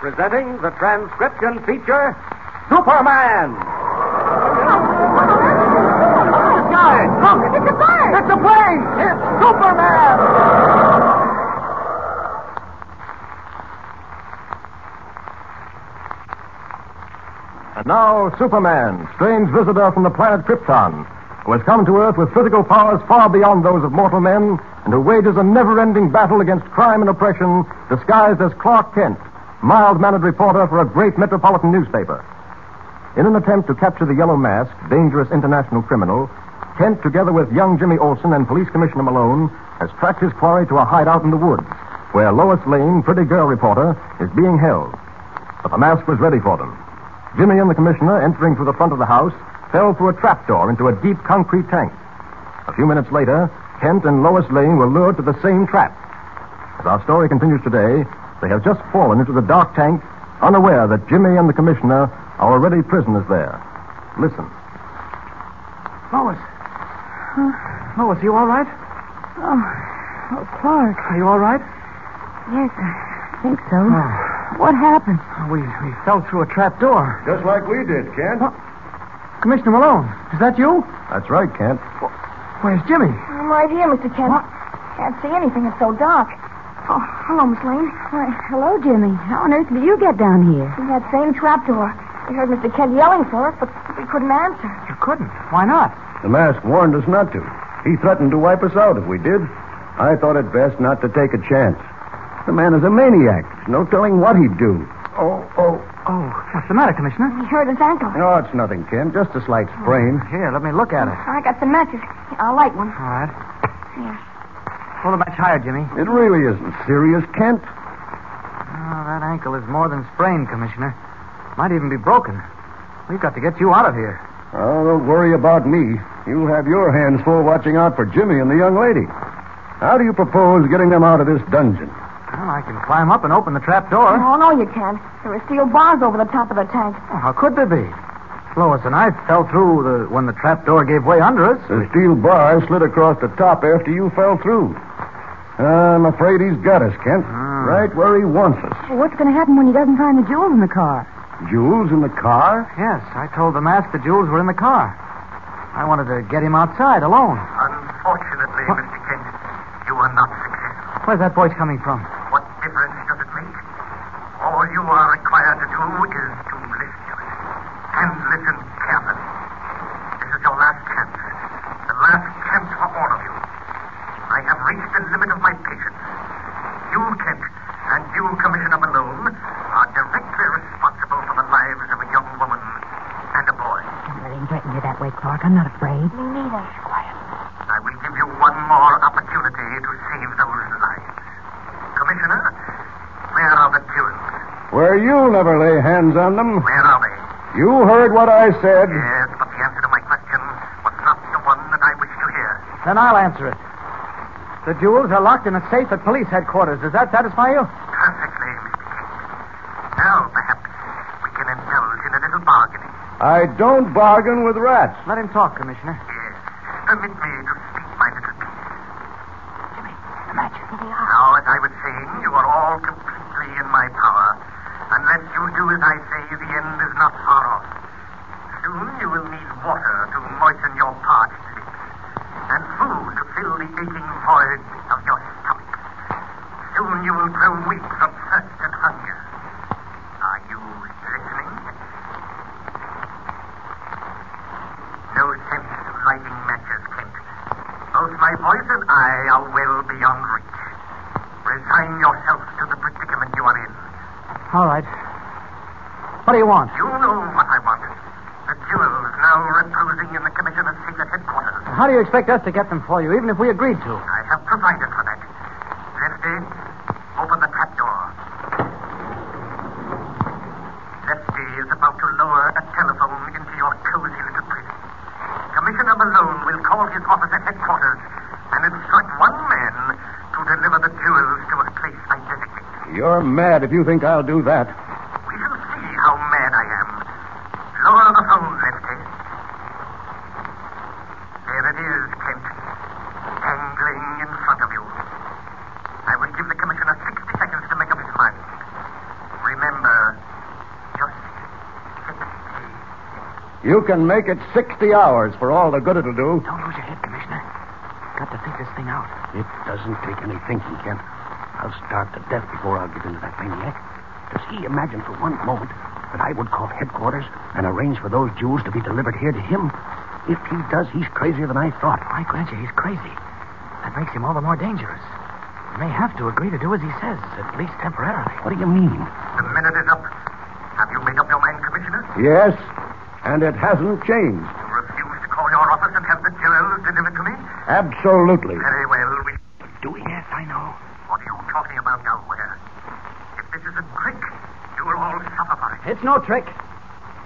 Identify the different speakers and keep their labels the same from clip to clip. Speaker 1: Presenting the transcription feature, Superman. Guys, look! It's a plane! It's a plane! It's Superman!
Speaker 2: And now, Superman, strange visitor from the planet Krypton, who has come to Earth with physical powers far beyond those of mortal men, and who wages a never ending battle against crime and oppression, disguised as Clark Kent, mild mannered reporter for a great metropolitan newspaper. In an attempt to capture the Yellow Mask, dangerous international criminal, Kent, together with young Jimmy Olsen and Police Commissioner Malone, has tracked his quarry to a hideout in the woods, where Lois Lane, pretty girl reporter, is being held. But the mask was ready for them. Jimmy and the commissioner, entering through the front of the house, fell through a trapdoor into a deep concrete tank. A few minutes later, Kent and Lois Lane were lured to the same trap. As our story continues today, they have just fallen into the dark tank, unaware that Jimmy and the commissioner are already prisoners there. Listen.
Speaker 1: Lois. Lois, are you all right?
Speaker 3: Oh, oh, Clark.
Speaker 1: Are you all right?
Speaker 3: Yes, I think so. What happened?
Speaker 1: We, we fell through a trap door.
Speaker 2: Just like we did, Kent.
Speaker 1: Commissioner Malone, is that you?
Speaker 2: That's right, Kent.
Speaker 1: Where's Jimmy?
Speaker 3: I'm right here, Mr. Kent. Can't see anything. It's so dark. Oh, hello, Miss Lane. Why, hello, Jimmy. How on earth did you get down here? In that same trapdoor. We heard Mr. Kent yelling for us, but we couldn't answer.
Speaker 1: You couldn't. Why not?
Speaker 2: The mask warned us not to. He threatened to wipe us out if we did. I thought it best not to take a chance. The man is a maniac. There's no telling what he'd do.
Speaker 1: Oh, oh, oh. What's the matter, Commissioner?
Speaker 3: He hurt his ankle.
Speaker 2: No, it's nothing, Kent. Just a slight sprain.
Speaker 1: Here, let me look at it.
Speaker 3: I got some matches. I'll light one.
Speaker 1: All right.
Speaker 3: Here.
Speaker 1: Pull the match higher, Jimmy.
Speaker 2: It really isn't serious, Kent.
Speaker 1: Oh, that ankle is more than sprained, Commissioner. Might even be broken. We've got to get you out of here.
Speaker 2: Oh, don't worry about me. You'll have your hands full watching out for Jimmy and the young lady. How do you propose getting them out of this dungeon?
Speaker 1: Well, I can climb up and open the trap door.
Speaker 3: Oh, no, you can't. There are steel bars over the top of the tank.
Speaker 1: Well, how could there be? Lois and I fell through the, when the trap door gave way under us.
Speaker 2: The steel bar slid across the top after you fell through. I'm afraid he's got us, Kent.
Speaker 4: Ah.
Speaker 2: Right where he wants us.
Speaker 3: What's going to happen when he doesn't find the jewels in the car?
Speaker 2: Jules in the car?
Speaker 1: Yes, I told the mask the jewels were in the car. I wanted to get him outside alone.
Speaker 5: Unfortunately, Mr. Kent, you were not successful.
Speaker 1: Where's that voice coming from?
Speaker 5: What difference does it make? All you are required to do is to listen to it. And listen carefully. This is your last chance. The last chance for all of you. I have reached the limit of my patience. You, Kent, and you, Commissioner Malone, are directly responsible for the lives of a young woman and a boy.
Speaker 6: Don't let him threaten you that way, Clark. I'm not afraid.
Speaker 3: Me neither. Quiet.
Speaker 5: I will give you one more opportunity to save those lives. Commissioner, where are the jewels?
Speaker 2: Where you'll never lay hands on them.
Speaker 5: Where are they?
Speaker 2: You heard what I said.
Speaker 5: Yes, but the answer to my question was not the one that I wished to hear.
Speaker 1: Then I'll answer it. The jewels are locked in a safe at police headquarters. Does that satisfy you?
Speaker 5: Perfectly, Mr. King. Now, perhaps, we can indulge in a little bargaining.
Speaker 2: I don't bargain with rats.
Speaker 1: Let him talk, Commissioner.
Speaker 5: Yes. Permit me to speak my little piece.
Speaker 6: The match.
Speaker 3: Here they are.
Speaker 5: Now, as I was saying, you are all completely in my power. Unless you do as I say, the end is not far off. Soon you will need water to moisten your parched lips, and food to fill the aching void of your stomach. Soon you will grow weak from thirst and hunger. Are you listening? No sense in lighting matches, Kent. Both my voice and I are well beyond reach. Resign yourself to the predicament you are in.
Speaker 1: All right. What do you want?
Speaker 5: You know what I want. The jewels now reposing in the commissioner's secret headquarters.
Speaker 1: How do you expect us to get them for you, even if we agreed to?
Speaker 5: I have provided for that. eh, Lefty, open the trap door. That day is about to lower a telephone into your cozy little prison. Commissioner Malone will call his office at headquarters and instruct one man to deliver the jewels to a place I designate.
Speaker 2: You're mad if you think I'll do that.
Speaker 5: We shall see how mad I am. Lower the phone, Lefty. There it is, Kent. Dangling in front of you. I will give the commissioner 60 seconds to make up his mind. Remember, just 60.
Speaker 2: You can make it 60 hours for all the good it'll do.
Speaker 4: Don't lose your head, Commissioner. Got to think this thing out. It doesn't take any thinking, Kent. I'll starve to death before I'll give in to that maniac. Does he imagine for one moment that I would call headquarters and arrange for those jewels to be delivered here to him? If he does, he's crazier than I thought. I grant you, he's crazy. That makes him all the more dangerous. You may have to agree to do as he says, at least temporarily. What do you mean?
Speaker 5: The minute is up. Have you made up your mind, Commissioner?
Speaker 2: Yes, and it hasn't changed.
Speaker 5: You refuse to call your office and have the jewels delivered to me?
Speaker 2: Absolutely.
Speaker 5: Very well. We...
Speaker 4: Do we? Yes, I know.
Speaker 5: What are you talking about now, Ware? If this is a trick, you will all suffer for it.
Speaker 4: It's no trick.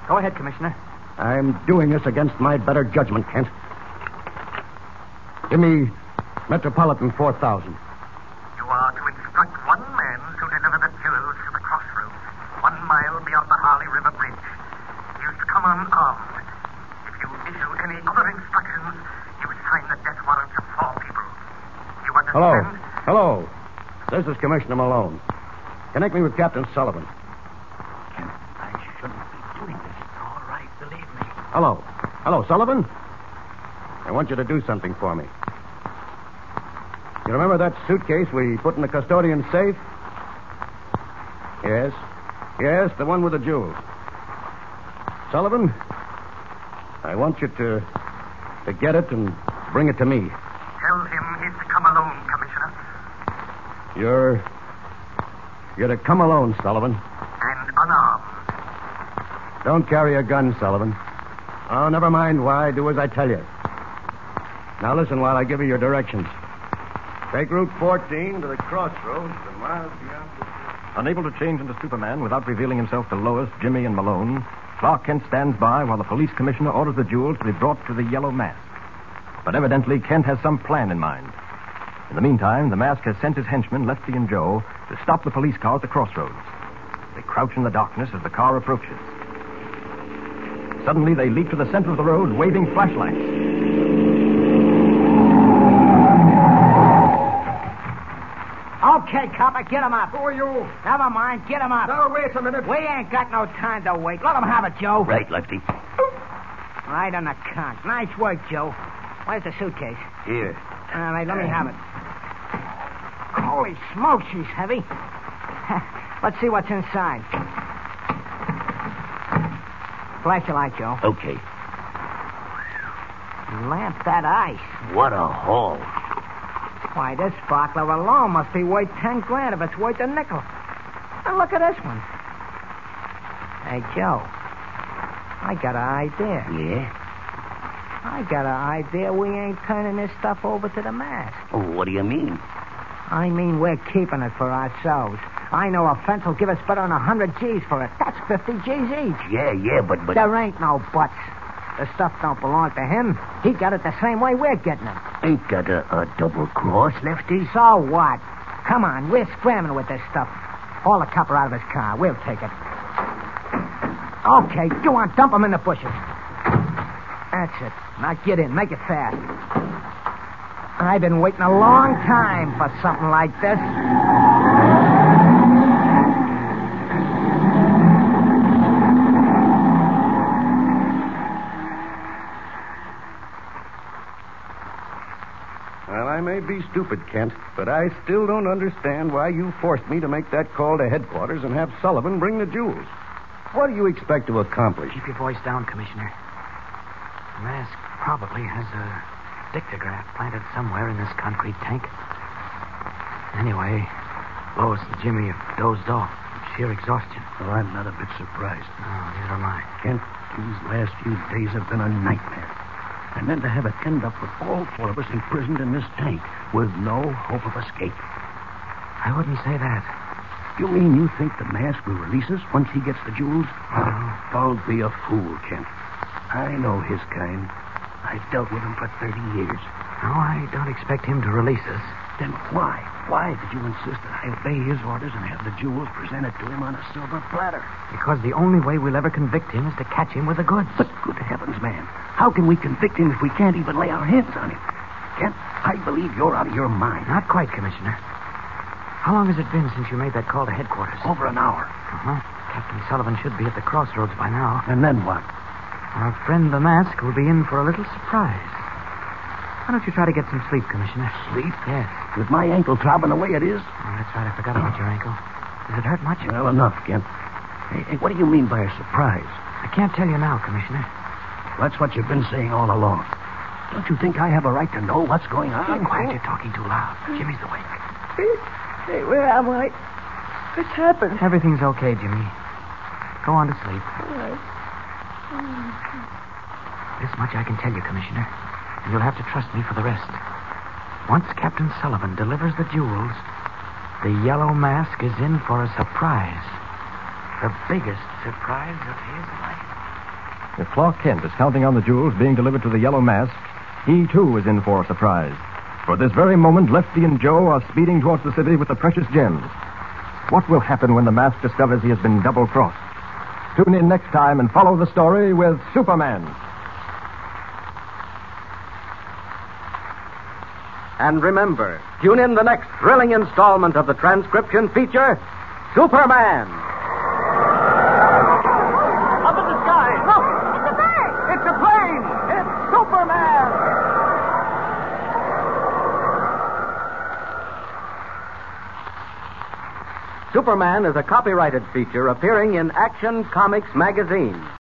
Speaker 4: Go ahead, Commissioner.
Speaker 2: I'm doing this against my better judgment, Kent. Give me Metropolitan 4000.
Speaker 5: You are to instruct one man to deliver the jewels to the crossroads, one mile beyond the Harley River Bridge. He is to come unarmed. If you issue any other instructions, you will sign the death warrants of four people. You
Speaker 2: Hello.
Speaker 5: understand?
Speaker 2: Hello. This is Commissioner Malone. Connect me with Captain Sullivan.
Speaker 4: Kent, I shouldn't be doing this. All right, believe me.
Speaker 2: Hello. Hello, Sullivan. I want you to do something for me. You remember that suitcase we put in the custodian's safe? Yes. Yes, the one with the jewels. Sullivan, I want you to to get it and bring it to me.
Speaker 5: Tell him he's to come alone, Commissioner,
Speaker 2: You're you're to come alone, Sullivan.
Speaker 5: and unarmed.
Speaker 2: Don't carry a gun, Sullivan. Oh, never mind why. Do as I tell you. Now listen while I give you your directions. Take Route 14 to the crossroads, the miles beyond the...
Speaker 7: Unable to change into Superman without revealing himself to Lois, Jimmy, and Malone, Clark Kent stands by while the police commissioner orders the jewels to be brought to the Yellow Mask. But evidently, Kent has some plan in mind. In the meantime, the mask has sent his henchmen, Lefty and Joe, to stop the police car at the crossroads. They crouch in the darkness as the car approaches. Suddenly, they leap to the center of the road, waving flashlights.
Speaker 1: Okay, copper, get him up. Who are you? Never mind, get him up. No, wait a minute. We ain't got no time to wait. Let him have it, Joe.
Speaker 4: Right, Lefty.
Speaker 1: Right on the conk. Nice work, Joe. Where's the suitcase?
Speaker 4: Here.
Speaker 1: All right, let me have it. Holy smoke, she's heavy. Let's see what's inside. Flash your light, Joe.
Speaker 4: Okay.
Speaker 1: Lamp that ice.
Speaker 4: What a haul.
Speaker 1: Why, this sparkler alone must be worth ten grand if it's worth a nickel. And look at this one. Hey, Joe. I got an idea.
Speaker 4: Yeah?
Speaker 1: I got an idea we ain't turning this stuff over to the mass.
Speaker 4: Oh, what do you mean?
Speaker 1: I mean, we're keeping it for ourselves. I know a fence will give us better than a 100 G's for it. That's 50 G's each.
Speaker 4: Yeah, yeah, but but
Speaker 1: There ain't no buts. The stuff don't belong to him. He got it the same way we're getting it.
Speaker 4: ain't that a, a double cross, Lefty?
Speaker 1: So what? Come on, we're scrambling with this stuff. Haul the copper out of his car. We'll take it. Okay, go on, dump him in the bushes. That's it. Now get in. Make it fast. I've been waiting a long time for something like this.
Speaker 2: Well, I may be stupid, Kent, but I still don't understand why you forced me to make that call to headquarters and have Sullivan bring the jewels. What do you expect to accomplish?
Speaker 4: Keep your voice down, Commissioner. The mask probably has a dictograph planted somewhere in this concrete tank. Anyway, Lois and Jimmy have dozed off from sheer exhaustion. Well, I'm not a bit surprised. No, neither am I. Kent, these last few days have been a nightmare. And then to have it end up with all four of us imprisoned in this tank with no hope of escape. I wouldn't say that.
Speaker 2: You mean you think the mask will release us once he gets the jewels? Don't be a fool, Kent. I know his kind. I've dealt with him for 30 years.
Speaker 1: No, I don't expect him to release us.
Speaker 2: Then why? Why did you insist that I obey his orders and have the jewels presented to him on a silver platter?
Speaker 1: Because the only way we'll ever convict him is to catch him with the goods.
Speaker 2: But good heavens, man, how can we convict him if we can't even lay our hands on him? Kent, I believe you're out of your mind.
Speaker 1: Not quite, Commissioner. How long has it been since you made that call to headquarters?
Speaker 2: Over an hour.
Speaker 1: Uh-huh. Captain Sullivan should be at the crossroads by now.
Speaker 2: And then what?
Speaker 1: Our friend the mask will be in for a little surprise. Why don't you try to get some sleep, Commissioner?
Speaker 2: Sleep?
Speaker 1: Yes.
Speaker 2: With my ankle throbbing the way it is?
Speaker 1: Oh, that's right. I forgot about your ankle. Does it hurt much?
Speaker 2: Well,
Speaker 8: uh,
Speaker 2: enough, Kent. Hey, hey, what do you mean by a surprise?
Speaker 1: I can't tell you now, Commissioner.
Speaker 2: That's what you've been saying all along. Don't you think I have a right to know what's going on?
Speaker 1: Keep quiet. You're talking too loud. Jimmy's awake.
Speaker 8: Hey, where am I? What's happened?
Speaker 1: Everything's okay, Jimmy. Go on to sleep. This much I can tell you, Commissioner. And you'll have to trust me for the rest. Once Captain Sullivan delivers the jewels, the yellow mask is in for a surprise. The biggest surprise of his life.
Speaker 9: If Clark Kent is counting on the jewels being delivered to the Yellow Mask, he too is in for a surprise. For at this very moment, Lefty and Joe are speeding towards the city with the precious gems. What will happen when the mask discovers he has been double crossed? Tune in next time and follow the story with Superman.
Speaker 10: And remember, tune in the next thrilling installment of the transcription feature Superman. Up in the sky, look! It's a bird! It's a plane! It's Superman! Superman is a copyrighted feature appearing in Action Comics magazine.